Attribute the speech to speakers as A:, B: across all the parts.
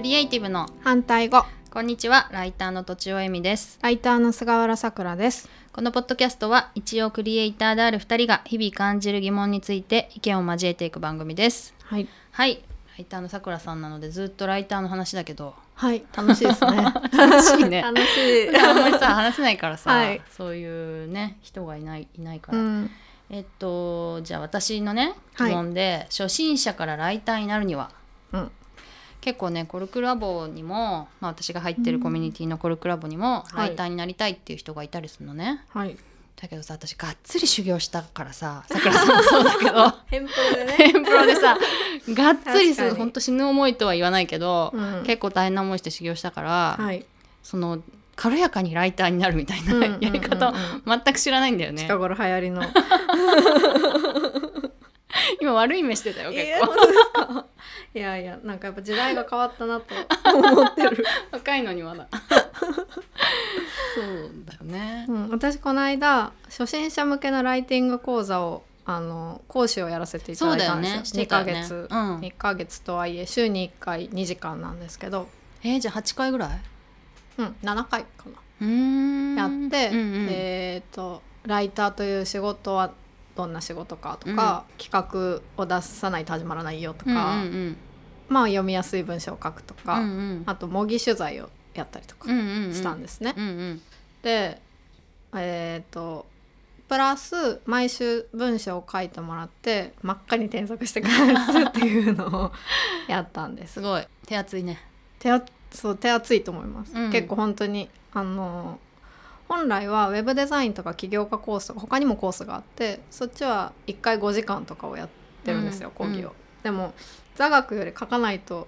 A: エイティブの
B: 反対語
A: こんにちはライターのとちおえみです
B: ライターの菅原さくらです
A: このポッドキャストは一応クリエイターである二人が日々感じる疑問について意見を交えていく番組です
B: はい
A: はいライターのさくらさんなのでずっとライターの話だけ ど
B: はい楽しいですね
A: 楽し いね
B: 楽しい
A: あんまりさ話せないからさ、
B: はい
A: そういうね人がいないいないか
B: う
A: ら、
B: ん
A: えっとじゃあ私のね疑
B: はい
A: 問で、初心者からライターになるには
B: うん
A: 結構ねコルクラボにも、まあ、私が入ってるコミュニティのコルクラボにも、
B: い
A: ライターになりたいっていう人がいたりするのね、
B: はい
A: だけどさ私がっつり修行したから ささくらさんもそうだけど
B: 変貌で
A: テンプロでさがっつり
B: 確か
A: す
B: に
A: ほんと死ぬ思いとは言わないけど、
B: うん
A: 結構大変な思いして修行したから、
B: はい
A: その軽やかにライターになるみたい
B: うんうん
A: な
B: うんうん
A: やり方を全く知らないんだよね
B: 近頃流行 りの
A: 今悪い目してたよ結
B: えー
A: 構
B: 本当ですか いやいやなんかやっぱ時代が変わったなと思ってる、
A: 若いのにまだそうだよね
B: うん、私この間初心者向けのライティング講座をあの講師をやらせていただいたんですよ
A: そうだよ
B: ヶ
A: ねして
B: 月、
A: たよねうん
B: 2ヶ月とはいえ週に1回2時間なんですけど
A: えーじゃあ8回ぐらい
B: うん7回かな
A: うーん
B: やって、
A: うんうん
B: えー、とライターという仕事はどんな仕事かとか、企画を出さないと始まらないよとか、
A: うんうん
B: まあ読みやすい文章を書くとか、
A: うんうん
B: あと模擬取材をやったりとか
A: うんうん
B: したんですね。
A: うんうん
B: でえー、とプラス毎週文章を書いてもらって真っ赤に添削して返すっていうのをやったんです
A: すごい手厚いね
B: 手厚そう手厚いと思います、
A: うん
B: 結構本当にあの本来はウェブデザインとか起業家コースとか他にもコースがあってそっちは1回5時間とかをやってるんですよ、
A: うん
B: 講義を、でも座学より書かないと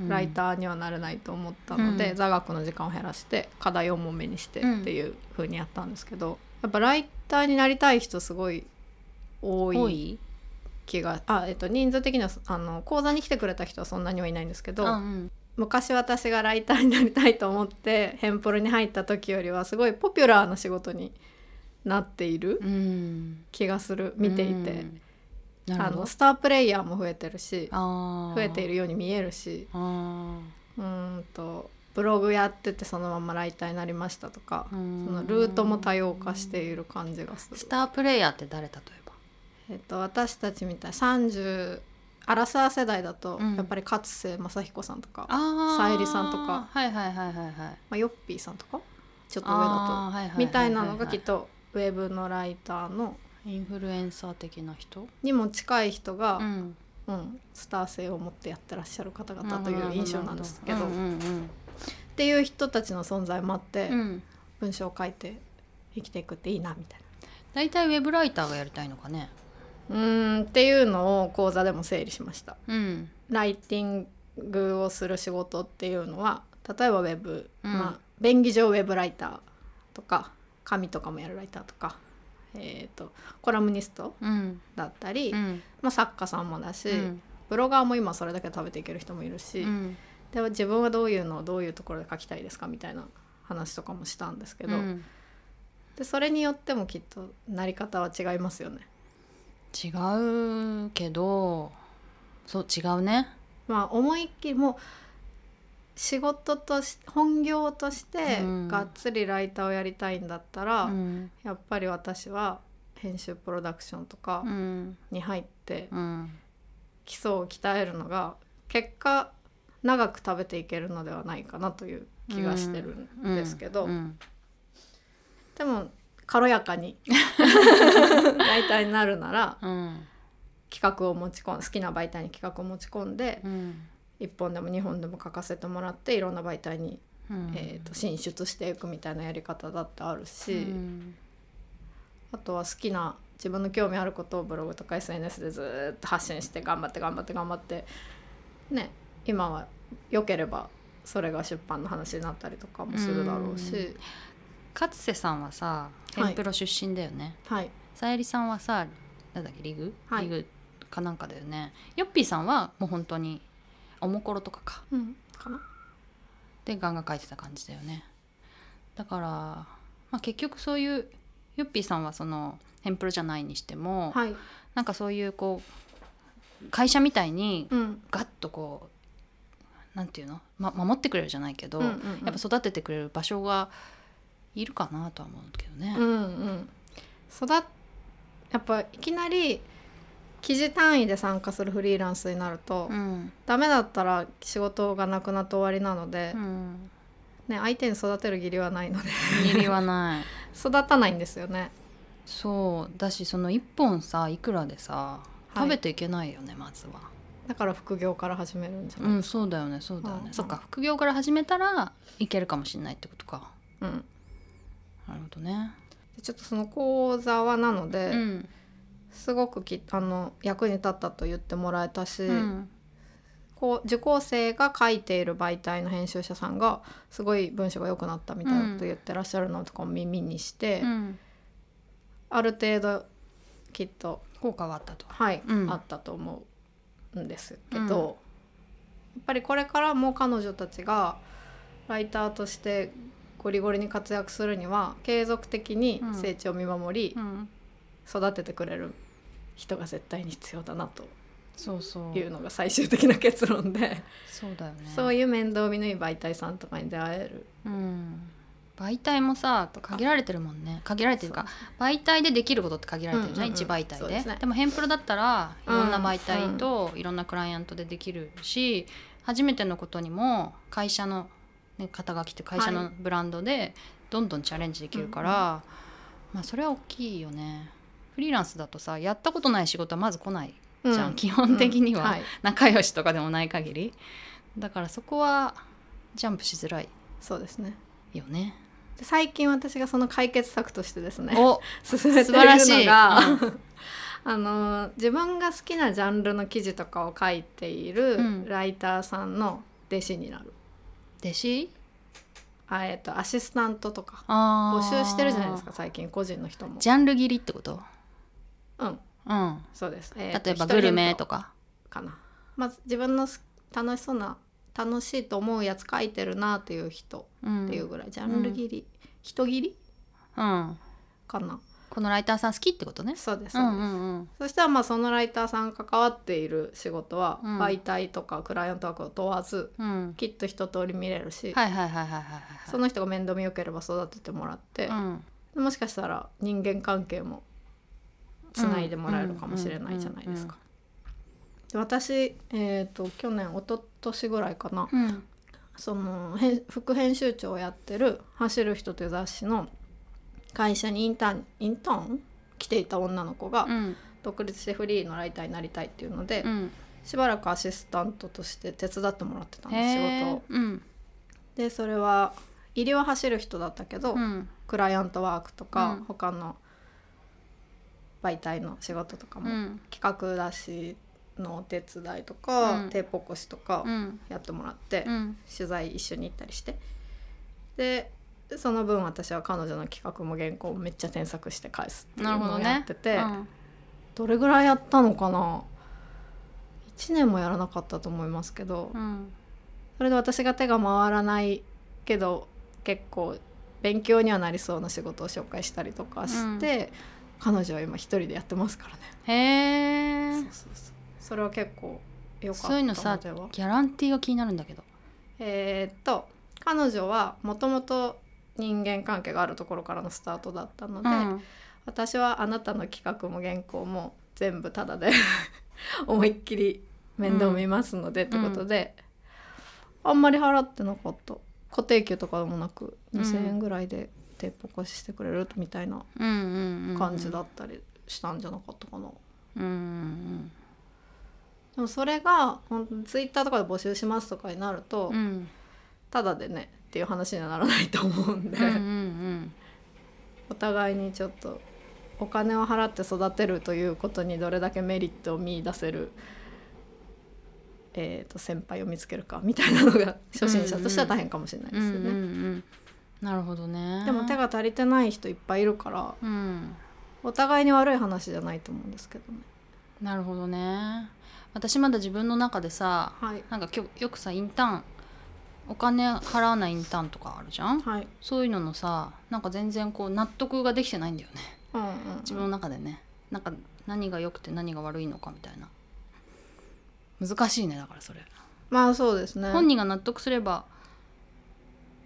A: うん
B: ライターにはなれないと思ったので、
A: うん
B: 座学の時間を減らして課題を重めにして
A: うん
B: っていう風にやったんですけど、やっぱライターになりたい人すごい多
A: 多
B: い
A: い
B: 気があ、えっと、人数的にはあの講座に来てくれた人はそんなにはいないんですけど、
A: あうん
B: 昔私がライターになりたいと思ってヘンプロに入った時よりはすごいポピュラーな仕事になっている
A: うん
B: 気がする見ていて、
A: うんなる
B: あ
A: ほど
B: のスタープレイヤーも増えてるし
A: あ
B: 増えてい
A: る
B: るように見えるし
A: あー
B: うーんとブログやっててそのままライターになりましたとか、
A: う
B: そ
A: ん
B: のルートも多様化している感じがする
A: ス。タープレイヤーって誰例えば
B: えっと、私たちみたい30アラサー世代だと、
A: うん
B: やっぱり勝瀬雅彦さんとか、ま
A: あ
B: さゆりさんとか
A: はいはいはいはいはい
B: あ、ヨッピーさんとかちょっと上
A: あ
B: だと
A: ーはいはははは
B: みたいなのがきっとウェブのライターの
A: インフルエンサー的な人、
B: にも近い人が、
A: う
B: うん
A: ん、
B: スター性を持ってやってらっしゃる方々という印象なんですけど
A: うんうん
B: っていう人たちの存在もあって、
A: うんうん
B: 文章を書いて生きていくっていいなみたいな。
A: 大体ウェブライターがやりたいのかね
B: うーんっていうのを講座でも整理しました。
A: うん
B: ライティングをする仕事っていうのは例えばウェブ、
A: うん
B: まあ、便宜上ウェブライターとか紙とかもやるライターとか、えー、とコラムニスト
A: うん
B: だったり、
A: うん
B: まあ、作家さんもだし、
A: うん
B: ブロガーも今それだけで食べていける人もいるし、
A: うん
B: では自分はどういうのをどういうところで書きたいですかみたいな話とかもしたんですけど、
A: うん
B: でそれによってもきっとなり方は違いますよね。
A: 違うけどそう違うね
B: まあ、思いっきりもう仕事とし本業として
A: うん
B: がっつりライターをやりたいんだったら、
A: うん
B: やっぱり私は編集プロダクションとか
A: うん
B: に入って
A: うん
B: 基礎を鍛えるのが結果長く食べていけるのではないかなという気がしてるんですけど、
A: うん
B: でも軽や かにライターになるなら
A: うん
B: 企画を持ち込ん好きな媒体に企画を持ち込んで
A: うん
B: 1本でも2本でも書かせてもらっていろんな媒体に、
A: うん
B: えー、と進出していくみたいなやり方だってあるし、
A: うん
B: あとは好きな自分の興味あることをブログとか SNS でずーっと発信して頑張って頑張って頑張ってね今は良ければそれが出版の話になったりとかもするだろうし、
A: うん勝瀬さんはさ
B: はい
A: テンプロ出身だよね
B: はい
A: さゆりさんはさなんだっけリグ、
B: は
A: リ
B: い
A: グかなんかだよねヨッピーさんはもう本当におもころとかか
B: うんかな
A: でガンガン書いてた感じだよねだから、まあ、結局そういうヨッピーさんはそのヘンプロじゃないにしても、
B: はい、
A: なんかそういうこう会社みたいに
B: うん、
A: ガッとこうなんていうの、ま、守ってくれるじゃないけど、
B: うんうんうん
A: やっぱ育ててくれる場所がいるかなとは思うけどね。
B: うんうん、育っやっぱいきなり記事単位で参加するフリーランスになると、
A: うん
B: ダメだったら仕事がなくなって終わりなので、
A: うん、
B: ね、相手に育てる義理はないので
A: 握りはない
B: 育たないんですよね。
A: そうだしその1本さいくらでさ
B: い
A: 食べていけないよね、まずは
B: だから副業から始めるんじゃ
A: う
B: ない、
A: んそうだよねそうだよね、
B: うん
A: そっか副業から始めたらいけるかもしれないってことか
B: うん、
A: なるほどね
B: でちょっとその講座はなので、
A: うん、
B: すごくきあの役に立ったと言ってもらえたし、
A: うん、
B: こう受講生が書いている媒体の編集者さんがすごい文章が良くなったみたいなこと言ってらっしゃるのとかも耳にして、
A: うん
B: ある程度きっと
A: 効果はあったと
B: はい、
A: うん
B: あったと思うんですけど、やっぱりこれからも彼女たちがライターとしてゴリゴリに活躍するには継続的に成長を見守り、
A: うん
B: 育ててくれる人が絶対に必要だなと
A: そうそう
B: いうのが最終的な結論で、
A: そうだよね
B: そういう面倒見のいい媒体さんとかに出会える
A: うん、媒体もさ限られてるもんね限られてるか媒体でできることって限られてるじゃん、
B: うんうんうん
A: 一媒体
B: そう
A: で
B: で
A: です
B: ね
A: もヘンプロだったらい
B: うん
A: ろんな媒体といろんなクライアントでできるし、初めてのことにも会社の、ね、肩書きって会社
B: は
A: の
B: い
A: ブランドでどんどんチャレンジできるから、まあそれは大きいよねフリーランスだとさやったことない仕事はまず来ないじゃん、
B: うん
A: 基本的に
B: うん
A: は、
B: い
A: 仲良しとかでもない限りだからそこはジャンプしづらい
B: そうですね
A: よね。
B: で最近私がその解決策としてですね
A: お
B: 進めて
A: 素
B: いる
A: 晴らし
B: の
A: い
B: が、 あの自分が好きなジャンルの記事とかを書いていうる
A: ん
B: ライターさんの弟子になる、
A: 弟子
B: あえっとアシスタントとか
A: あ
B: 募
A: ー
B: 集してるじゃないですか最近個人の人も
A: ジャンル切りってこと
B: うん
A: うん
B: そうです、えーと
A: 例えばグルメとか
B: 一人かなまず自分のす楽しそうな楽しいと思うやつ書いてるなっていう人
A: うん
B: っていうぐらい、ジャンル切り、人切り
A: うん
B: かな
A: このライターさん好きってことね
B: そうです、
A: うんうんうん
B: そしたらまあそのライターさんが関わっている仕事は
A: うん
B: 媒体とかクライアントワークを問わず
A: うん
B: きっと一通り見れるし、
A: はいはいはいはいはいはい
B: その人が面倒見よければ育ててもらって、
A: うん
B: もしかしたら人間関係もつないでもらえるかもしれないじゃないですか。で私、えー、と去年一昨年ぐらいかな
A: うん
B: その編副編集長をやってる「走る人」という雑誌の会社にインターンインターン来ていた女の子が
A: うん
B: 独立してフリーのライターになりたいっていうので、
A: うん
B: しばらくアシスタントとして手伝ってもらってたんです仕
A: へ
B: 事
A: ー
B: を。
A: うん
B: でそれは入りは走る人だったけど、
A: うん
B: クライアントワークとか、
A: うん
B: 他の媒体の仕事とか
A: う
B: も、
A: ん
B: 企画出しのお手伝いとか、
A: うん
B: テープ起こしとか
A: うん
B: やってもらって、
A: うん
B: 取材一緒に行ったりしてでその分私は彼女の企画も原稿もめっちゃ添削して返すっていう
A: なるほ
B: の
A: ど
B: を
A: ね
B: やってて。
A: うん
B: どれぐらいやったのかな1年もやらなかったと思いますけど、
A: うん
B: それで私が手が回らないけど結構勉強にはなりそうな仕事を紹介したりとかして、彼女は今一人でやってますからね、
A: へえ
B: そうそうそうそれは結構良かった
A: そういうのさ
B: では
A: ギャランティーが気になるんだけど
B: えーっと彼女はもともと人間関係があるところからのスタートだったので、
A: うん
B: 私はあなたの企画も原稿も全部タダで 思いっきり面倒見ますので、ってことで、あんまり払ってなかった固定給とかでもなく
A: うん
B: 2,000円ぐらいでテープ越ししてくれるみたいな
A: うんうんうん
B: 感じだったりしたんじゃなかったかな。
A: うんうん
B: でもそれが本当にツイッターとかで募集しますとかになると、
A: うんうん
B: タダでねっていう話にはならないと思うんで、
A: うんうんうん
B: お互いにちょっとお金を払って育てるということにどれだけメリットを見出せる、えー、と先輩を見つけるかみたいなのが初心者としては大変かもしれないですよね。
A: うんうんうん、なるほどね
B: でも手が足りてない人いっぱいいるから
A: うん
B: お互いに悪い話じゃないと思うんですけどね。
A: なるほどね私まだ自分の中でさ
B: はい、
A: なんかきょよくさインターンお金払わないインターンとかあるじゃん
B: はい
A: そういうののさなんか全然こう納得ができてないんだよね
B: うんうん
A: 自分の中でねなんか何が良くて何が悪いのかみたいな難しいねだからそれ
B: まあそうですね
A: 本人が納得すれば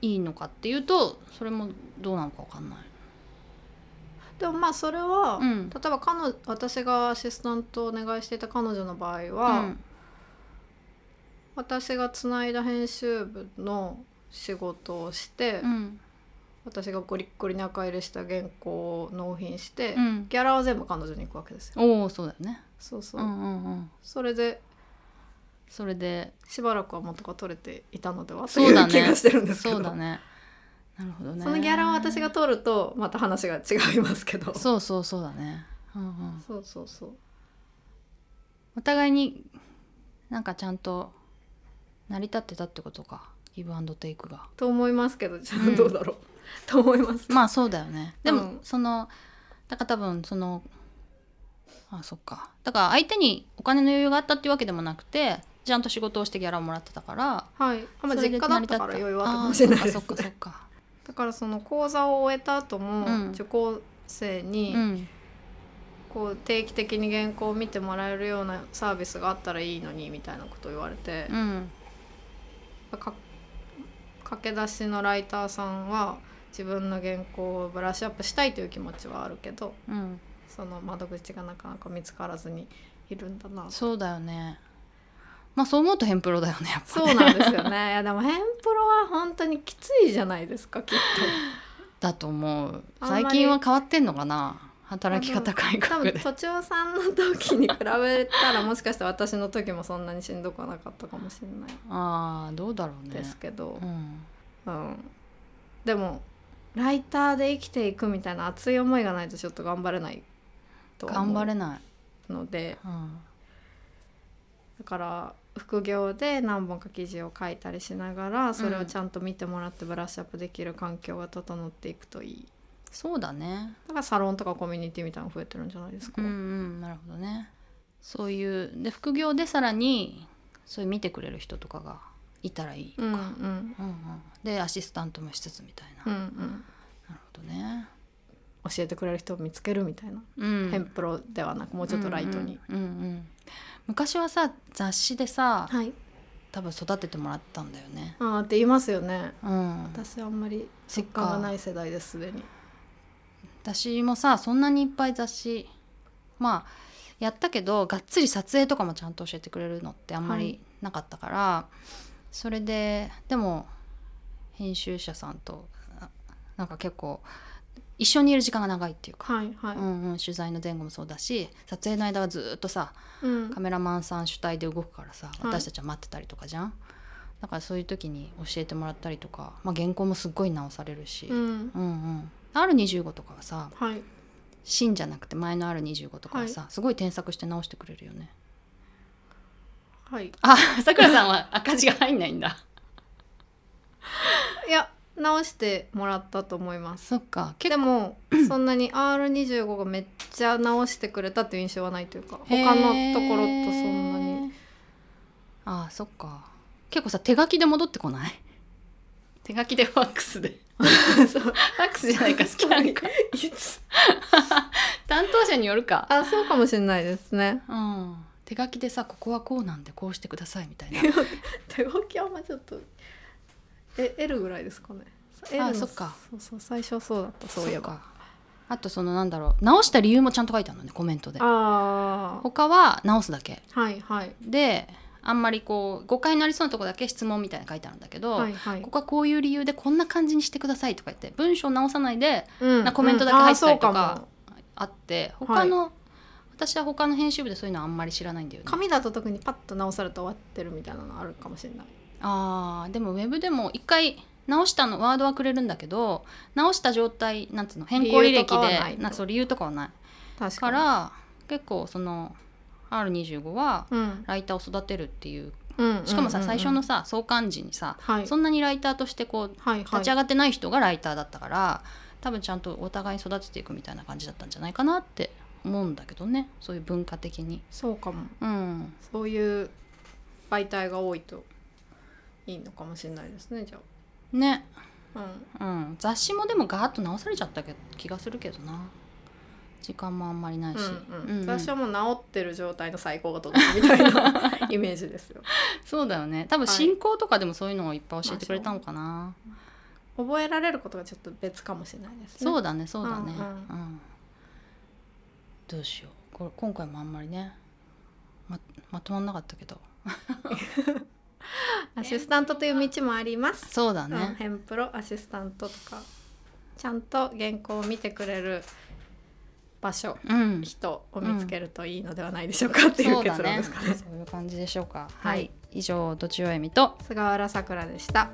A: いいのかっていうとそれもどうなのかわかんない。
B: でもまあそれは、
A: うん
B: 例えば彼女私がアシスタントをお願いしていた彼女の場合は、
A: うん
B: 私がつないだ編集部の仕事をして、
A: うん
B: 私がゴリッゴリに赤入れした原稿を納品して、
A: うん、
B: ギャラは全部彼女に行くわけですよ。
A: おおそうだよね。
B: そうそうう、
A: んうんうん。
B: それで
A: それで
B: しばらくは元が取れていたのではと
A: そう
B: い
A: だ
B: う
A: ね
B: 気がしてるんですけど
A: そうだね。なるほどね。
B: そのギャラを私が取るとまた話が違いますけど
A: そうそうそうだね。うんうん。
B: そうそうそう
A: お互いになんかちゃんと成り立ってたってことかギブアンドテイクが
B: と思いますけどじゃ
A: うん
B: あどうだろう、と思います
A: まあそうだよねでも、
B: うん
A: そのだから多分そのあそっかだから相手にお金の余裕があったっていうわけでもなくてちゃんと仕事をしてギャラをもらってたから
B: はいあまあ
A: それで
B: 実家だったから
A: 成り立
B: 余裕はあったかもしれないです
A: あーそ
B: ね
A: っかそっか
B: だからその講座を終えた後も、
A: うん
B: 受講生
A: そ
B: に
A: っかうん
B: こう定期的に原稿を見てもらえるようなサービスがあったらいいのにみたいなことを言われて、
A: うん
B: か駆け出しのライターさんは自分の原稿をブラッシュアップしたいという気持ちはあるけど
A: うん
B: その窓口がなかなか見つからずにいるんだな
A: そうだよねまあそう思うとヘンプロだよねやっぱ
B: そうなんですよねいやでもヘンプロは本当にきついじゃないですかきっ
A: だと思う
B: あんまり
A: 最近は変わってんのかな働き方改
B: と多
A: 革
B: 分
A: で
B: 都庁さんの時に比べたらもしかしたら私の時もそんなにしんどくはなかったかもしれない
A: ああどうだろうね
B: ですけど、
A: うん、
B: うん、でもライターで生きていくみたいな熱い思いがないとちょっと頑張れないとは
A: 頑
B: 思
A: 張れ
B: う
A: ない、
B: ので
A: うん
B: だから副業で何本か記事を書いたりしながらそれをちゃんと見てもらってブラッシュアップできる環境が整っていくといい
A: そうだね
B: だからサロンとかコミュニティみたいなの増えてるんじゃないですか、
A: うんうんなるほどねそういうで副業でさらにそういう見てくれる人とかがいたらいい、
B: うんうん
A: うんうんでアシスタントもしつつみたいな、
B: うんうん
A: なるほどね
B: 教えてくれる人を見つけるみたいな、
A: うん
B: ヘンプロではなくもうちょっとライトに、
A: うんうんうんうん昔はさ雑誌でさ
B: はい
A: 多分育ててもらったんだよね
B: あーって言いますよね
A: うん
B: 私あんまり
A: そっ
B: 実
A: か
B: 感がない世代ですすでに
A: 私もさそんなにいっぱい雑誌まあやったけどがっつり撮影とかもちゃんと教えてくれるのってあんま
B: は
A: り
B: い
A: なかったから、それででも編集者さんとあなんか結構一緒にいる時間が長いっていうか、
B: はいはい、
A: うんうん、取材の前後もそうだし撮影の間はずっとさ
B: うん
A: カメラマンさん主体で動くからさ
B: い
A: 私たちは待ってたりとかじゃん、だからそういう時に教えてもらったりとか、まあ、原稿もすっごい直されるし、
B: うん、
A: うんうん、R25 とかはさ
B: はい
A: 芯じゃなくて前の R25 とかはさ、すごい添削して直してくれるよ ね
B: はい
A: あさくらさんは赤字が入んないんだ
B: いや直してもらったと思います
A: そっか結
B: でもそんなに R25 がめっちゃ直してくれたっていう印象はないというか
A: 構
B: 他のところとそんなに
A: にあそっか結構さ手書きで戻ってこない手書きでファックスでそうファックスじゃないかスキャンか 担当者によるか
B: あそうかもしれないですね
A: うん手書きでさここはこうなんでこうしてくださいみたいな
B: 手書きはまちょっとえ L ぐらいですかね L
A: そっか
B: そうそう最初そうだった そういえば
A: かあとそのなんだろう直した理由もちゃんと書いてあるのねコメントで
B: あ
A: 他は直すだけ
B: あはいはい
A: であんまりこう誤解になりそうなとこだけ質問みたいなの書いてあるんだけど、
B: はいはい
A: ここはこういう理由でこんな感じにしてくださいとか言って文章直さないで
B: う
A: なコメントだけ入ってたりとか
B: うんあーそうも
A: あって
B: い
A: 他の、私は他の編集部でそういうのあんまり知らないんだよね。
B: 紙だと特にパッと直されて終わってるみたいなのあるかもしれない
A: あーでもウェブでも一回直したのワードはくれるんだけど直した状態なんつうの変更履
B: 理由
A: 歴
B: とかは
A: で
B: ないと
A: なんかそう理由とかはない
B: 確か
A: か
B: に
A: ら結構その R25 は
B: うん
A: ライターを育てるっていう
B: うんうん
A: しかもさ、
B: うんうん
A: 最初のさ創刊時にさ、
B: はい
A: そんなにライターとしてこう
B: はいは
A: 立
B: い
A: ち上がってない人がライターだったから、多分ちゃんとお互いに育てていくみたいな感じだったんじゃないかなって思うんだけどねそういう文化的に
B: そうかも
A: うん
B: そういう媒体が多いといいのかもしれないですねじゃ
A: ね、
B: あ、
A: うん、雑誌もでもガーッと直されちゃったけ気がするけどな時間もあんまりないし、
B: うん
A: うん
B: う、
A: うんん
B: 私はもう治ってる状態の最高が届くみた いなイメージですよ
A: そうだよね多分
B: はい
A: 進行とかでもそういうのをいっぱい教えてくれたのかな、
B: 覚えられることがちょっと別かもしれないですね
A: そうだねそうだね、
B: うんうん
A: うんどうしようこれ今回もあんまりねままとまんなかったけど
B: アシスタントという道もあります
A: そうだ
B: うん
A: ね、
B: ヘンプロアシスタントとかちゃんと原稿を見てくれる場所
A: うん
B: 人を見つけるといいのではないでしょうかっていう
A: そうだ
B: 結論
A: ね
B: ですかね。
A: そういう感じでしょうか
B: はい
A: 以上とちおえみと
B: 菅原さくらでした。